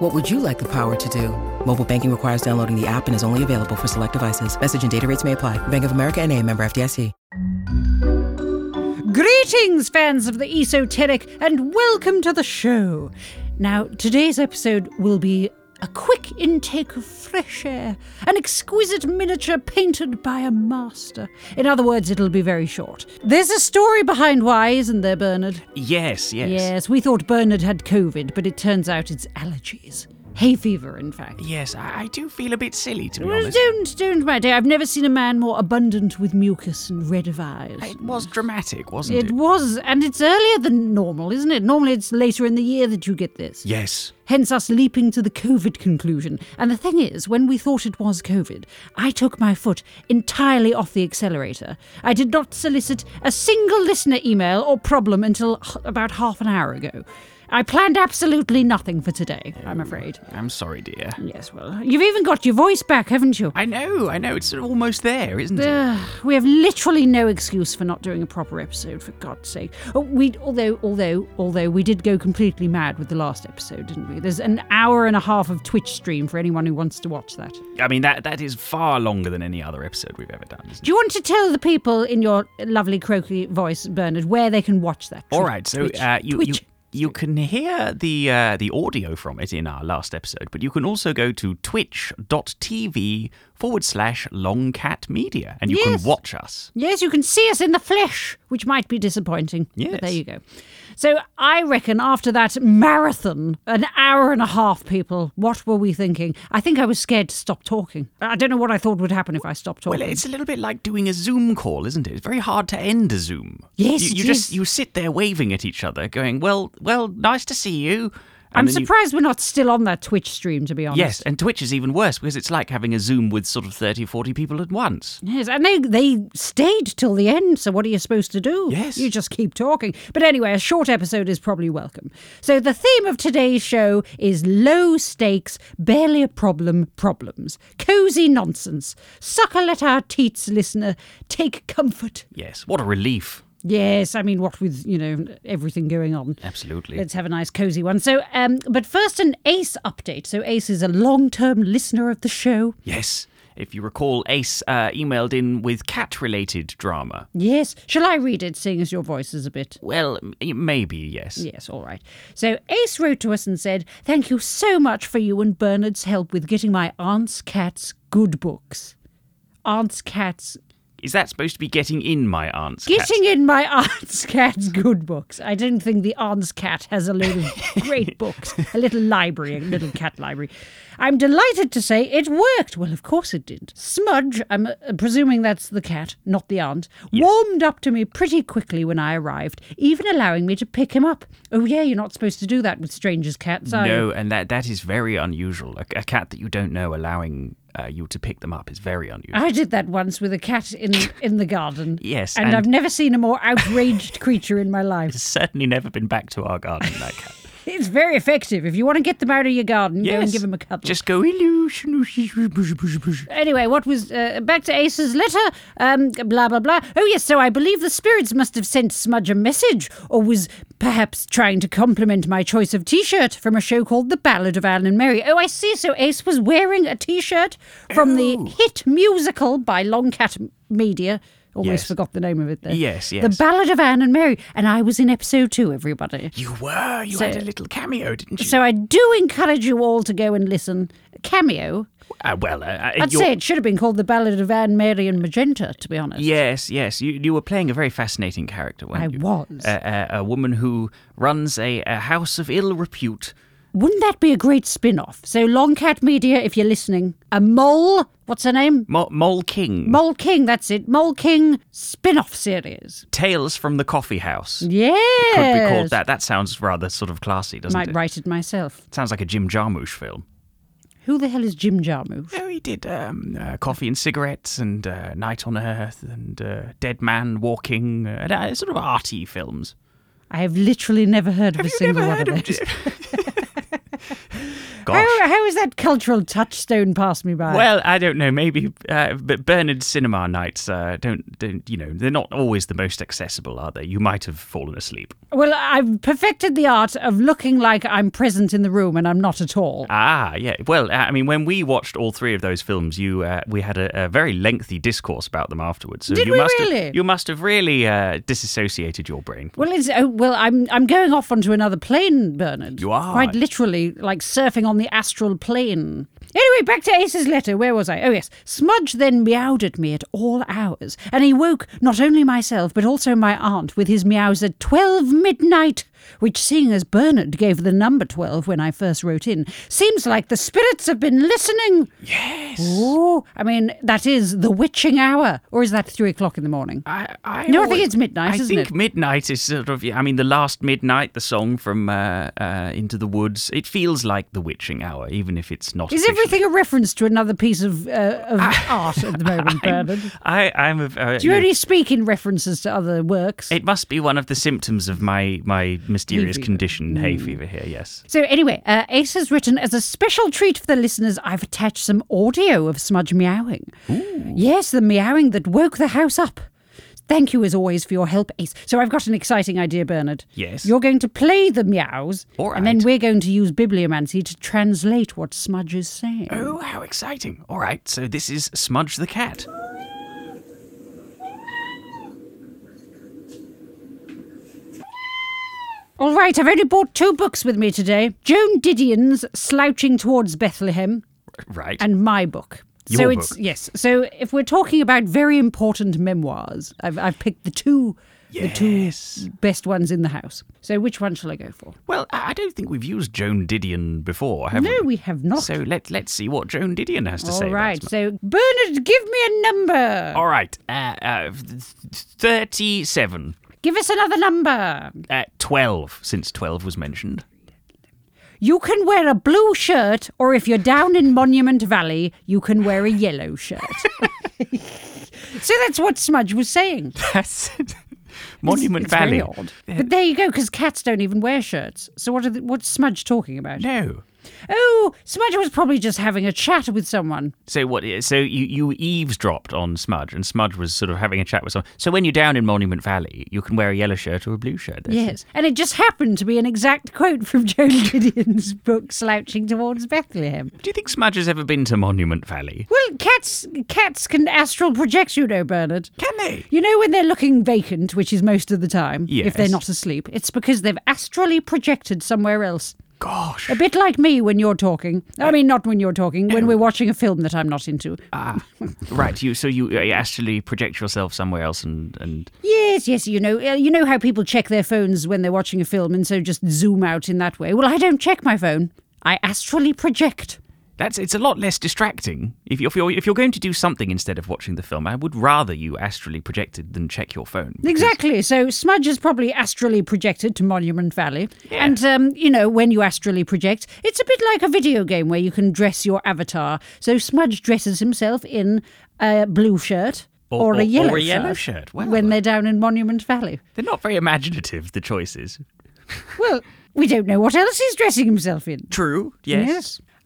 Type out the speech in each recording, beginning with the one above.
What would you like the power to do? Mobile banking requires downloading the app and is only available for select devices. Message and data rates may apply. Bank of America and a member FDIC. Greetings, fans of the esoteric, and welcome to the show. Now, today's episode will be a quick intake of fresh air, an exquisite miniature painted by a master. In other words, it'll be very short. There's a story behind why, isn't there, Bernard? Yes, yes. Yes, we thought Bernard had COVID, but it turns out it's allergies. Hay fever, in fact. Yes, I, I do feel a bit silly, to be Well, honest. don't, don't, my dear. I've never seen a man more abundant with mucus and red of eyes. It was dramatic, wasn't it? It was, and it's earlier than normal, isn't it? Normally it's later in the year that you get this. yes. Hence us leaping to the COVID conclusion. And the thing is, when we thought it was COVID, I took my foot entirely off the accelerator. I did not solicit a single listener email or problem until h- about half an hour ago. I planned absolutely nothing for today, I'm afraid. I'm sorry, dear. Yes, well, you've even got your voice back, haven't you? I know, I know. It's almost there, isn't it? Ugh, we have literally no excuse for not doing a proper episode, for God's sake. Oh, we, although, although, although we did go completely mad with the last episode, didn't we? There's an hour and a half of Twitch stream for anyone who wants to watch that. Do I mean, that that is far longer than any other episode we've ever done, isn't it? you want to tell the people in your lovely croaky voice, Bernard, where they can watch that? All Twi- right, so Twitch- uh, you, you Twitch. you can hear the uh, the audio from it in our last episode, but you can also go to twitch.tv forward slash longcatmedia and you Yes. can watch us. Yes, you can see us in the flesh, which might be disappointing. Yes. But there you go. So I reckon after that marathon, an hour and a half, people, what were we thinking? I think I was scared to stop talking. I don't know what I thought would happen if I stopped talking. Well, it's a little bit like doing a Zoom call, isn't it? It's very hard to end a Zoom. Yes, you, it you just is. you sit there waving at each other, going, "Well, well, nice to see you." I'm And then you- surprised we're not still on that Twitch stream, to be honest. yes, and Twitch is even worse because it's like having a Zoom with sort of 30, 40 people at once. Yes, and they, they stayed till the end, so what are you supposed to do? Yes. You just keep talking. But anyway, a short episode is probably welcome. So the theme of today's show is low stakes, barely a problem problems. Cozy nonsense. Suckle at our teats, listener. Take comfort. Yes, what a relief! Yes, I mean, what with, you know, everything going on. Absolutely. Let's have a nice cozy one. So, um, but first an Ace update. So Ace is a long-term listener of the show. yes, if you recall, Ace uh, emailed in with cat-related drama. Yes. Shall I read it, seeing as your voice is a bit Well, m- maybe yes. Yes, all right. So Ace wrote to us and said, Thank you so much for you and Bernard's help with getting my aunt's cat's good books. Aunt's cat's. Is that supposed to be getting in my aunt's cat? Getting in my aunt's cat's good books. I don't think the aunt's cat has a load of great books, a little library, a little cat library. I'm delighted to say it worked. Well, of course it did. Smudge, I'm uh, presuming that's the cat, not the aunt, warmed up to me pretty quickly when I arrived, even allowing me to pick him up. Oh, yeah, you're not supposed to do that with strangers' cats, are you? No, and that that is very unusual. A, a cat that you don't know allowing uh, you to pick them up is very unusual. I did that once with a cat in in the garden. Yes, and, and- I've never seen a more outraged creature in my life. It's certainly never been back to our garden. That cat. It's very effective. If you want to get them out of your garden, go and Yes. give them a cuddle. Just go illusion. Anyway, what was uh, back to Ace's letter? Um, blah blah blah. Oh yes, so I believe the spirits must have sent Smudge a message, or was perhaps trying to compliment my choice of T-shirt from a show called The Ballad of Alan and Mary. Oh, I see. So Ace was wearing a T-shirt from Oh. the hit musical by Longcat Media. Almost Yes. forgot the name of it there. Yes, The yes. Ballad of Anne and Mary, and I was in episode two. Everybody. You were. You had a little cameo, didn't you? So I do encourage you all to go and listen. Cameo. uh, well, uh, uh, I'd you're- say it should have been called the Ballad of Anne, Mary, and Magenta, to be honest. Yes, yes. You you were playing a very fascinating character, weren't I you? was. A, a, a woman who runs a, a house of ill repute. Wouldn't that be a great spin off? So, Longcat Media, if you're listening, a mole, what's her name? Mo- Mole King. Mole King, that's it. Mole King spin off series. Tales from the Coffee House. Yes. Could be called that. That sounds rather sort of classy, doesn't Might it? write it myself. Sounds like a Jim Jarmusch film. Who the hell is Jim Jarmusch? No, he did um, uh, Coffee and Cigarettes and uh, Night on Earth and uh, Dead Man Walking, uh, and, uh, sort of arty films. I have literally never heard of a single one of those. Gosh. How, how is that cultural touchstone passed me by? Well, I don't know. Maybe, uh, but Bernard's cinema nights uh, don't, don't, you know, they're not always the most accessible, are they? You might have fallen asleep. well, I've perfected the art of looking like I'm present in the room and I'm not at all. Ah, yeah. Well, uh, I mean, when we watched all three of those films, you uh, we had a, a very lengthy discourse about them afterwards. So Did you we must really? Have, you must have really uh, disassociated your brain. Well, it's, oh, well, I'm I'm going off onto another plane, Bernard. You are. quite literally like surfing on the astral plane. Anyway, back to Ace's letter. Where was I? Oh yes, Smudge then meowed at me at all hours, and he woke not only myself but also my aunt with his meows at twelve midnight. Which, seeing as Bernard gave the number twelve when I first wrote in, seems like the spirits have been listening. Yes. Oh, I mean that is the witching hour, or is that three o'clock in the morning? I, I No, I think always- it's midnight, I isn't think it? midnight is sort of. yeah, I mean, the last midnight, the song from uh, uh, Into the Woods. It feels like the witching hour, even if it's not. Is officially. everything a reference to another piece of, uh, of art at the moment, Bernard? I, I'm. A, uh, Do you yeah. only speak in references to other works? It must be one of the symptoms of my my mysterious fever. Mm. condition, hay fever. Here, yes. so anyway, uh, Ace has written as a special treat for the listeners. I've attached some audio of Smudge meowing. Yes, the meowing that woke the house up. Thank you as always for your help, Ace. So I've got an exciting idea, Bernard. Yes. You're going to play the meows, All and then right. we're going to use bibliomancy to translate what Smudge is saying. Oh, how exciting! All right, so this is Smudge the cat. All right, I've only bought two books with me today Joan Didion's Slouching Towards Bethlehem Right. and my book. so Your it's book. yes. So if we're talking about very important memoirs, I've, I've picked the two yes. the two best ones in the house. So which one shall I go for? Well, I I don't think we've used Joan Didion before, have No, we? we have not. So let let's see what Joan Didion has to say. All about right. Smudge. So Bernard, give me a number. All right. Uh, uh, th- th- thirty-seven. Give us another number. Uh, twelve, since twelve was mentioned. You can wear a blue shirt, or if you're down in Monument Valley, you can wear a yellow shirt. so that's what Smudge was saying. That's Monument it's Valley. Very odd. But there you go, because cats don't even wear shirts. So what are the, what's Smudge talking about? No. Oh, Smudge was probably just having a chat with someone. So what? So you, you eavesdropped on Smudge, and Smudge was sort of having a chat with someone. So when you're down in Monument Valley, you can wear a yellow shirt or a blue shirt. That's Yes, and it just happened to be an exact quote from Joan Didion's book, "Slouching Towards Bethlehem." Do you think Smudge has ever been to Monument Valley? Well, cats cats can astral project, you know, Bernard. Can they? You know when they're looking vacant, which is most of the time, if they're Yes. not asleep, it's because they've astrally projected somewhere else. Gosh. A bit like me when you're talking. I mean, not when you're talking, when we're watching a film that I'm not into. Right. You so you uh, actually project yourself somewhere else and and Yes, yes, you know, uh, you know how people check their phones when they're watching a film and so just zoom out in that way. Well, I don't check my phone. I astrally project. that's it's a lot less distracting. If you if you're if you're going to do something instead of watching the film, I would rather you astrally projected than check your phone. Exactly. So Smudge is probably astrally projected to Monument Valley. And, um, you know, when you astrally project, it's a bit like a video game where you can dress your avatar. So Smudge dresses himself in a blue shirt or, Or- a or- yellow or a shirt, yellow shirt. Wow. when they're down in Monument Valley. They're not very imaginative. The choices. Well, we don't know what else he's dressing himself in. True.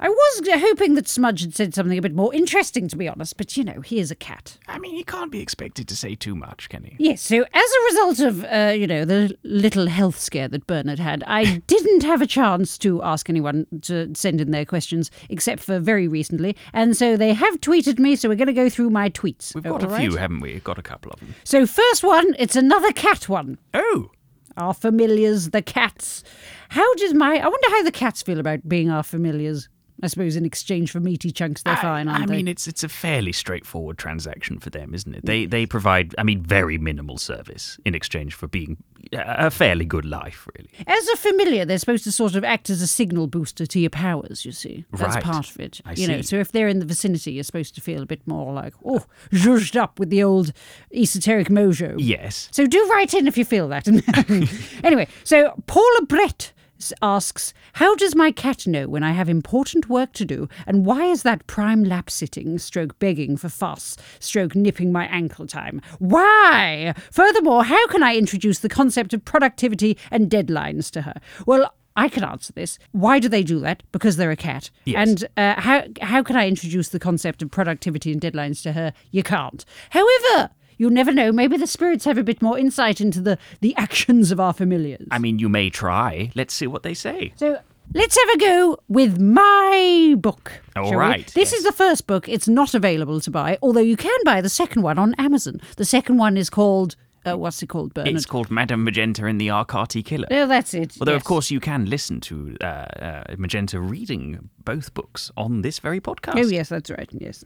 I was g- hoping that Smudge had said something a bit more interesting, to be honest, but you know, he is a cat. I mean, he can't be expected to say too much, can he? Yes, so as a result of, uh, you know, the little health scare that Bernard had, I didn't have a chance to ask anyone to send in their questions, except for very recently. And so they have tweeted me, so we're going to go through my tweets. We've got All a few, right? haven't we? Got a couple of them. So, first one, it's another cat one. Oh, Our familiars, the cats. How does my. I wonder how the cats feel about being our familiars. I suppose in exchange for meaty chunks, they're fine, I aren't they? mean, it's it's a fairly straightforward transaction for them, isn't it? They they provide, I mean, very minimal service in exchange for being uh, a a fairly good life, really. As a familiar, they're supposed to sort of act as a signal booster to your powers, you see. That's Right. part of it. I you know, see. so if they're in the vicinity, you're supposed to feel a bit more like, oh, zhuzhed up with the old esoteric mojo. Yes. So do write in if you feel that. anyway, so Paula Brett s- asks, How does my cat know when I have important work to do? And why is that prime lap sitting, stroke begging for fuss, stroke nipping my ankle time? Why? Furthermore, how can I introduce the concept of productivity and deadlines to her? Well, I can answer this. Why do they do that? Because they're a cat. Yes. And uh, how how can I introduce the concept of productivity and deadlines to her? You can't. However, you never know. Maybe the spirits have a bit more insight into the the actions of our familiars. I mean, you may try. Let's see what they say. so. Let's have a go with my book. All shall we? right, This yes. is the first book. It's not available to buy, although you can buy the second one on Amazon. The second one is called, uh, what's it called, Bernard? It's called Madame Magenta and the Arcati Killer. oh, that's it. Although, of yes. course, you can listen to uh, uh, Magenta reading both books on this very podcast. Oh, yes, that's right. Yes.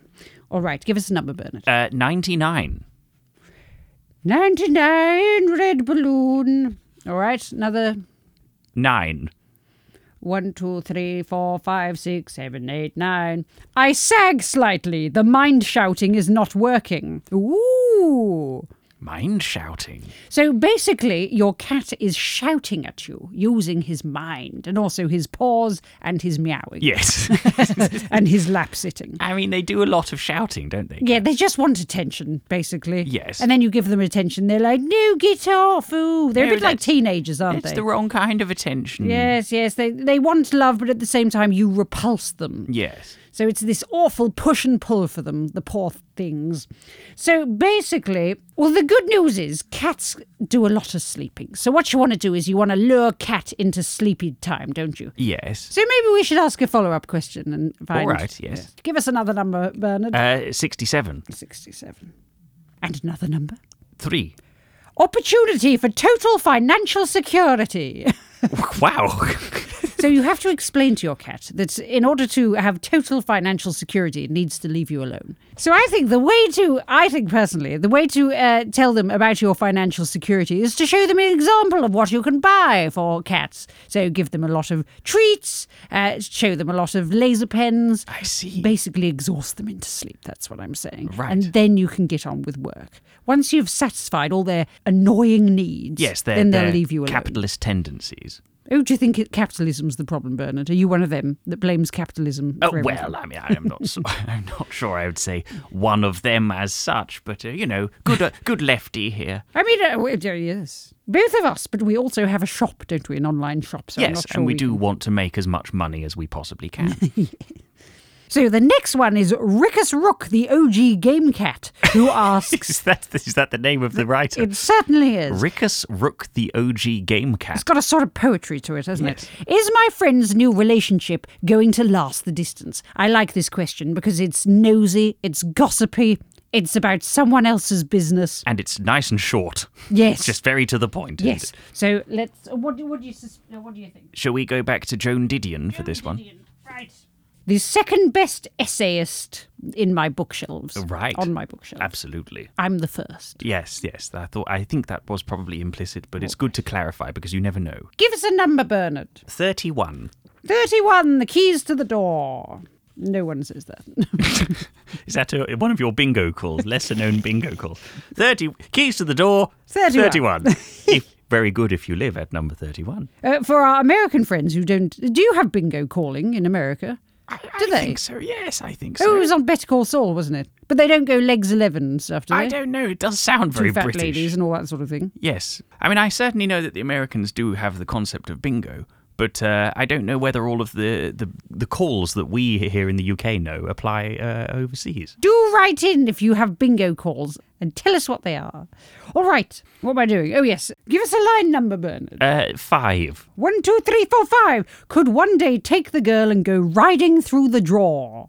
All right. Give us a number, Bernard. Uh, 99. 99 red balloon. All right, another Nine. one, two, three, four, five, six, seven, eight, nine. I sag slightly. The mind shouting is not working. Ooh. Mind shouting. So basically, your cat is shouting at you using his mind and also his paws and his meowing Yes. and his lap sitting. I mean, they do a lot of shouting, don't they? Yeah, they just want attention, basically. Yes. And then you give them attention. They're like, no, get off. Ooh. They're No, a bit like that's- teenagers, aren't It's they? the wrong kind of attention. Yes, yes. They they want love, but at the same time you repulse them. Yes. So it's this awful push and pull for them, the poor things. So basically, well, the good news is cats do a lot of sleeping. So what you want to do is you want to lure cat into sleepy time, don't you? Yes. So maybe we should ask a follow up question and find. right, yes. Give us another number, Bernard. Uh, 67. 67. And another number. Three. Opportunity for total financial security. Wow. So you have to explain to your cat that in order to have total financial security, it needs to leave you alone. So I think the way to, I think personally, the way to uh, tell them about your financial security is to show them an example of what you can buy for cats. So give them a lot of treats, uh, show them a lot of laser pens. I see. Basically, exhaust them into sleep. That's what I'm saying. Right. And then you can get on with work. Once you've satisfied all their annoying needs, Yes, they're, then they'll they're leave you alone. capitalist tendencies. Who do you think it- capitalism's the problem, Bernard? Are you one of them that blames capitalism? Oh, for everything? well, I mean, I'm not, so, I'm not sure I would say one of them as such, but, uh, you know, good, uh, good lefty here. I mean, uh, we- uh, yes, both of us, but we also have a shop, don't we? An online shop. So I'm yes, not sure and we, do want to make as much money as we possibly can. So the next one is Rickus Rook, the OG game cat, who asks. is, that, is that the name of the writer? it certainly is. Rickus Rook, the OG game It's cat. got a sort of poetry to it, hasn't it? Is my friend's new relationship going to last the distance? I like this question because it's nosy, it's gossipy, it's about someone else's business. And it's nice and short. Yes. It's just very to the point. isn't Yes. it? So let's. What do what do you sus- uh, what do you think? Shall we go back to Joan Didion for this one? Right. The second best essayist in my bookshelves. Oh, Right. On my bookshelf. Absolutely. I'm the first. Yes, yes. I thought I think that was probably implicit, but it's good to clarify because you never know. Give us a number, Bernard. 31. 31, the keys to the door. No one says that. Is that a, one of your bingo calls, lesser known bingo calls? 30 keys to the door. 31. 31. if, very good if you live at number 31. uh, for our American friends who don't. Do you have bingo calling in America? Do I they? think so. Yes, I think Oh, it so. was on Better Call Saul, wasn't it? But they don't go legs 11 and stuff, do they? I don't know. It does sound very Two fat British. ladies and all that sort of thing. Yes. I mean, I certainly know that the Americans do have the concept of bingo, but uh, I don't know whether all of the, the, the calls that we here in the UK know apply uh, overseas. Do write in if you have bingo calls and tell us what they are. All right, what am I doing? Oh, yes. Give us a line number, Bernard. Uh, five. One, two, three, four, five. Could one day take the girl and go riding through the drawer?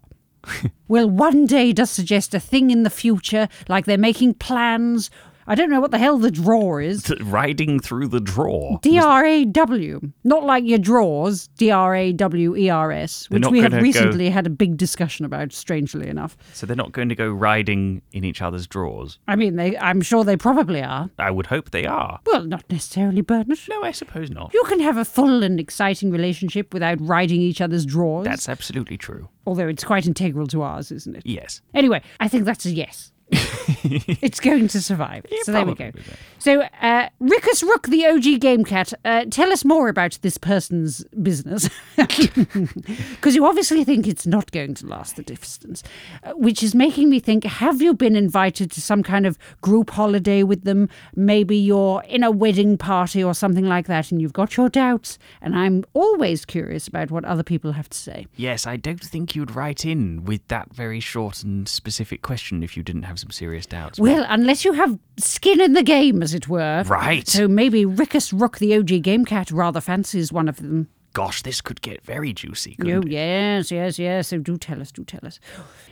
well, one day does suggest a thing in the future, like they're making plans. I don't know what the hell the drawer is. Th- riding through the drawer. D R A W. Not like your drawers, D R A W E R S, which not we have gonna go- recently had a big discussion about, strangely enough. So they're not going to go riding in each other's drawers. I mean, they, I'm sure they probably are. I would hope they are. Well, not necessarily, Bernard. No, I suppose not. You can have a full and exciting relationship without riding each other's drawers. That's absolutely true. although it's quite integral to ours, isn't it? Yes. Anyway, I think that's a yes. it's going to survive. Yeah, so there we go. probably will. So, uh, Rickus Rook, the OG game cat, uh, tell us more about this person's business. Because you obviously think it's not going to last the distance, uh, which is making me think have you been invited to some kind of group holiday with them? Maybe you're in a wedding party or something like that, and you've got your doubts. And I'm always curious about what other people have to say. Yes, I don't think you'd write in with that very short and specific question if you didn't have some serious doubts. Well, unless you have skin in the game, as it were. Right. So maybe Rickus Rook, the OG game cat, rather fancies one of them. Gosh, this could get very juicy. couldn't Oh, it? yes, yes, yes. So do tell us, do tell us.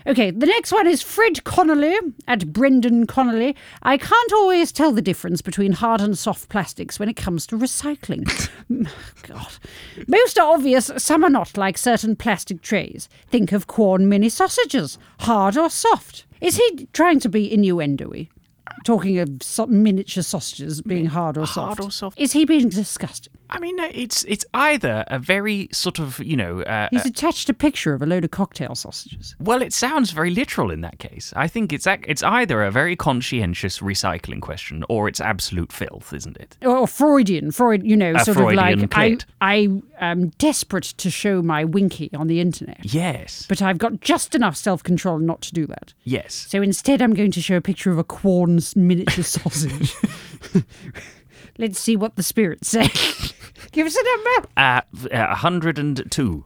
Okay, the next one is Fred Connolly at Brendan Connolly. I can't always tell the difference between hard and soft plastics when it comes to recycling. God. Most are obvious, some are not, like certain plastic trays. Think of corn mini sausages, hard or soft. Is he trying to be innuendo-y? Talking of so- miniature sausages being hard or soft. Hard or soft? Is he being disgusting? I mean, no, it's it's either a very sort of you know. Uh, He's attached a picture of a load of cocktail sausages. well, it sounds very literal in that case. I think it's ac- it's either a very conscientious recycling question or it's absolute filth, isn't it? or Freudian, Freud, you know, A sort Freudian of like I, clit. I am desperate to show my winky on the internet, Yes. but I've got just enough self control not to do that. yes. So instead, I'm going to show a picture of a corn s- miniature sausage. Let's see what the spirits say. Give us a number. Uh, v- uh, 102.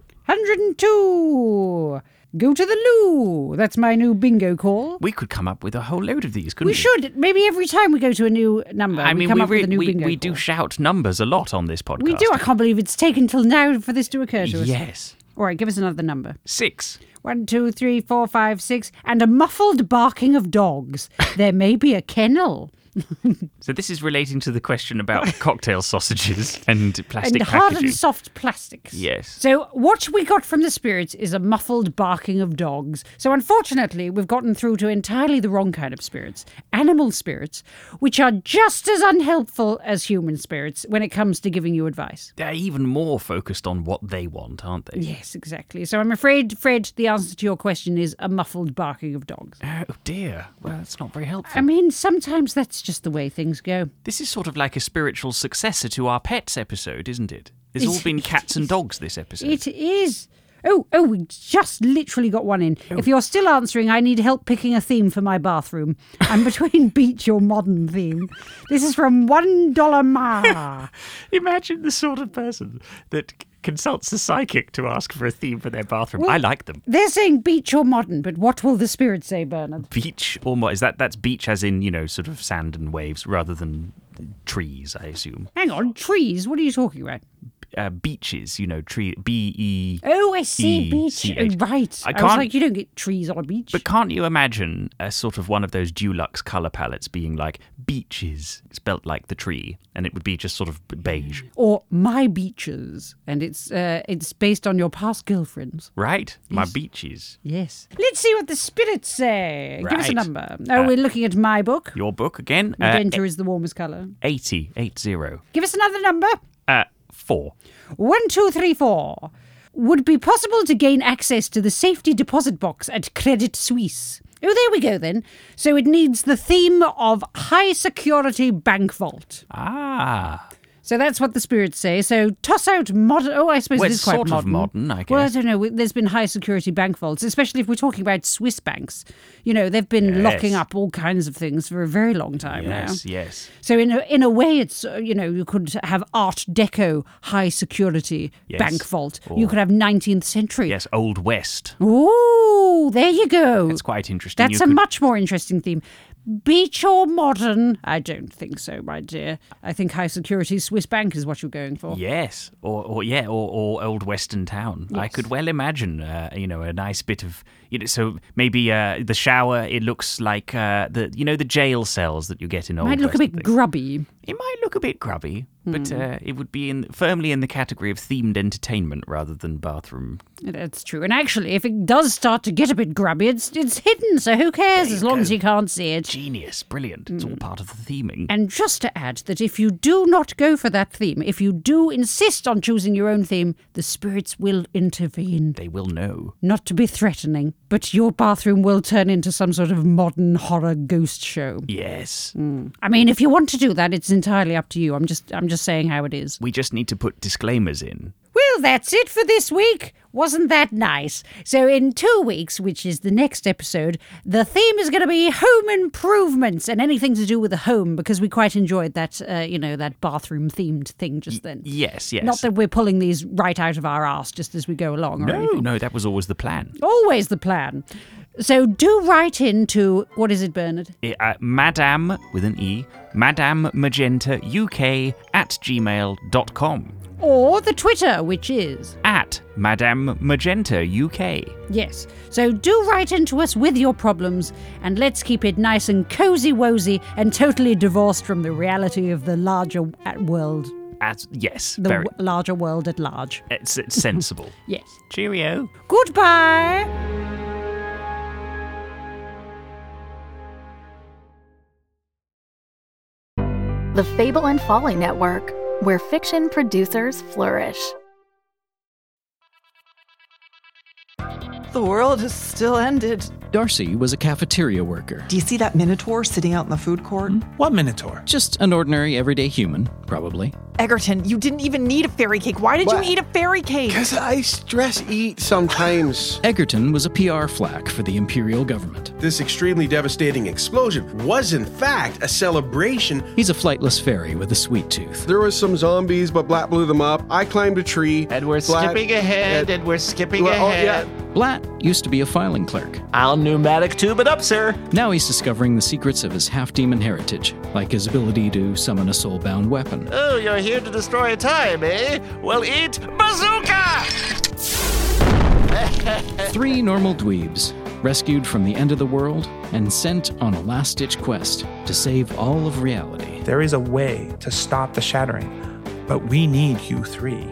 102. Go to the loo. That's my new bingo call. We could come up with a whole load of these, couldn't we? We should. Maybe every time we go to a new number, I mean, we come we, up re- with a new we, bingo we call. do shout numbers a lot on this podcast. We do. I can't believe it's taken till now for this to occur to us. Yes. All right, give us another number. Six. One, two, three, four, five, six, and a muffled barking of dogs. There may be a kennel. So this is relating to the question about cocktail sausages and plastic and hard packaging. and soft plastics. Yes. So, what we got from the spirits is a muffled barking of dogs. So, unfortunately, we've gotten through to entirely the wrong kind of spirits animal spirits, which are just as unhelpful as human spirits when it comes to giving you advice. They're even more focused on what they want, aren't they? Yes, exactly. So, I'm afraid, Fred, the answer to your question is a muffled barking of dogs. Oh dear. Well, that's not very helpful. I mean, sometimes that's just the way things go. this is sort of like a spiritual successor to our pets episode, isn't it? There's all It's- been cats and dogs this episode. It is. Oh, oh, we just literally got one in. If you're still answering, I need help picking a theme for my bathroom. I'm between beach or modern theme. This is from One Dollar Ma. Imagine the sort of person that c- consults a psychic to ask for a theme for their bathroom. I like them. They're saying beach or modern, but what will the spirit say, Bernard? Beach or more is that that's beach as in, you know, sort of sand and waves rather than trees, I assume. Hang on, trees. What are you talking about? Uh, beaches, you know, tree B E Oh, I see, E, beach. C, Oh, H. right. I I, was can't- like, you don't get trees on a beach. But can't you imagine a sort of one of those Dulux colour palettes being like beaches, spelt like the tree, and it would be just sort of beige, Or my beaches, and it's uh, it's based on your past girlfriends. right? My beaches. Yes. Let's see what the spirits say. Give us a Right. number. Oh, we're looking at my book. Your book again? Uh, Magenta is the warmest colour. 80, 80. Give us another number. Uh, four. One, two, three, four. Would it be possible to gain access to the safety deposit box at Credit Suisse. Oh, there we go then. So it needs the theme of high security bank vault. Ah. So that's what the spirits say. So toss out modern. Oh, I suppose Well, it is it's quite sort of modern. modern, I Well, I guess. don't know. There's been high security bank vaults, especially if we're talking about Swiss banks. You know, they've been locking Yes. up all kinds of things for a very long time now. Yes, yes. So in a, in a way, it's uh, you know you could have Art Deco high security Yes. bank vault. You could have 19th century. Yes, Old West. Ooh, there you go. It's quite interesting. Oh, That's You a could- much more interesting theme. Beach or modern? I don't think so, my dear. I think high security Swiss bank is what you're going for. Yes, or, or yeah, or, or old western town. I could well imagine, uh, you know, a nice bit of, you know, so maybe uh, the shower. It looks like uh, the, you know, the jail cells that you get in old. Might look a western bit Hmm. things. grubby. It might look a bit grubby, But uh, it would be in firmly in the category of themed entertainment rather than bathroom. That's true. And actually, if it does start to get a bit grubby, it's it's hidden, so who cares as long as you can't see it. Genius, brilliant. It's all part of the theming. Hmm. And just to add that if you do not go for that theme, if you do insist on choosing your own theme, the spirits will intervene. they will know. Not to be threatening, but your bathroom will turn into some sort of modern horror ghost show. Yes. I mean, if you want to do that, it's entirely up to you. I'm just I'm just saying how it is. We just need to put disclaimers in. Well, that's it for this week. Wasn't that nice? So, in two weeks, which is the next episode, the theme is going to be home improvements and anything to do with the home because we quite enjoyed that, uh, you know, that bathroom themed thing just then. Yes, yes. Not that we're pulling these right out of our ass just as we go along. or no, anything. no, that was always the plan. Always the plan. So, do write in to what is it, Bernard? I- Uh, Madame, with an E, Madame Magenta UK at gmail.com. Or the Twitter, which is. At Madame Magenta UK. Yes. So do write into us with your problems, and let's keep it nice and cozy wozy and totally divorced from the reality of the larger at world, At, yes, the very w- larger world at large. it's, it's sensible. Yes. Cheerio. Goodbye. The Fable and Folly Network, where fiction producers flourish. The world has still ended. Darcy was a cafeteria worker. Do you see that minotaur sitting out in the food court? What Minotaur? Just an ordinary, everyday human, probably. Egerton, you didn't even need a fairy cake. Why did What? you eat a fairy cake? Because I stress eat sometimes. Egerton was a PR flack for the imperial government. This extremely devastating explosion was, in fact, a celebration. He's a flightless fairy with a sweet tooth. There was some zombies, but Black blew them up. I climbed a tree. And we're Black- skipping ahead, and we're skipping Well, oh, ahead. Blatt used to be a filing clerk. I'll pneumatic tube it up, sir. Now he's discovering the secrets of his half demon heritage, like his ability to summon a soul bound weapon. Oh, you're here to destroy time, eh? Well, eat bazooka! Three normal dweebs, rescued from the end of the world and sent on a last ditch quest to save all of reality. There is a way to stop the shattering, but we need you three.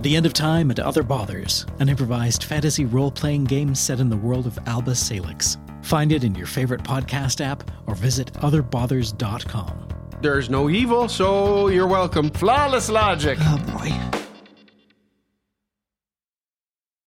The End of Time and Other Bothers, an improvised fantasy role playing game set in the world of Alba Salix. Find it in your favorite podcast app or visit OtherBothers.com. There's no evil, so you're welcome. Flawless logic. Oh boy.